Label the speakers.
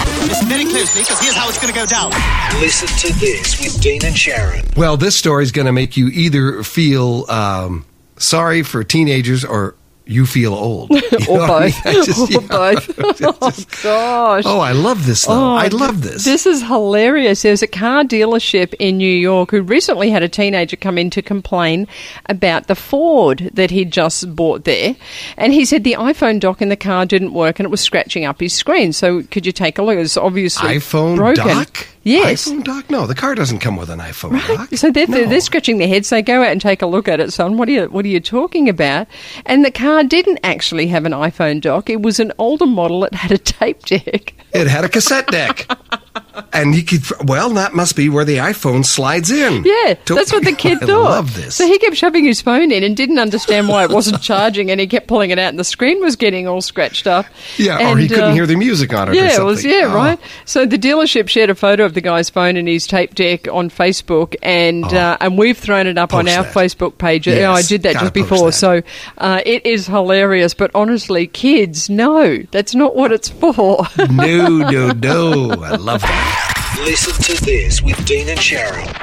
Speaker 1: Listen very closely because here's how it's going to go down.
Speaker 2: Listen to this with Dean and Sharon.
Speaker 3: Well, this story is going to make you either feel um, sorry for teenagers or you feel old. You know
Speaker 4: Or
Speaker 3: what I mean?
Speaker 4: both.
Speaker 3: I just- Oh, yeah.
Speaker 4: or both. oh, gosh.
Speaker 3: Oh, I love this though.
Speaker 4: Oh,
Speaker 3: I love this.
Speaker 4: This is hilarious. There's a car dealership in New York who recently had a teenager come in to complain about the Ford that he'd just bought there. And he said the iPhone dock in the car didn't work and it was scratching up his screen. So could you take a look? It's obviously
Speaker 3: iPhone
Speaker 4: broken.
Speaker 3: dock?
Speaker 4: Yes.
Speaker 3: iPhone dock? No, the car doesn't come with an iPhone dock.
Speaker 4: So they're,
Speaker 3: No.
Speaker 4: they're, they're scratching their heads. They go out and take a look at it, son. What are you What are you talking about? And the car didn't actually have an iPhone dock. It was an older model. It had a tape deck.
Speaker 3: It had a cassette deck. And you could, well, that must be where the iPhone slides in.
Speaker 4: Yeah,
Speaker 3: To-
Speaker 4: that's what the kid
Speaker 3: I
Speaker 4: thought.
Speaker 3: love this.
Speaker 4: So he kept shoving his phone in and didn't understand why it wasn't charging, and he kept pulling it out, and the screen was getting all scratched up.
Speaker 3: yeah, or he
Speaker 4: And,
Speaker 3: couldn't
Speaker 4: uh,
Speaker 3: hear the music on it or
Speaker 4: Yeah,
Speaker 3: something.
Speaker 4: it was. Yeah,
Speaker 3: Oh.
Speaker 4: right. So the dealership shared a photo of the guy's phone and his tape deck on Facebook, and uh, and we've thrown it up on
Speaker 3: Oh. Post
Speaker 4: our
Speaker 3: that.
Speaker 4: Facebook page.
Speaker 3: Yes,
Speaker 4: Yeah, I did that
Speaker 3: gotta
Speaker 4: just
Speaker 3: post
Speaker 4: before,
Speaker 3: that.
Speaker 4: so uh, it is hilarious. But honestly, kids, no, that's not what it's for.
Speaker 3: No, no, no. I love that.
Speaker 2: Listen to this with Dean and Sharon.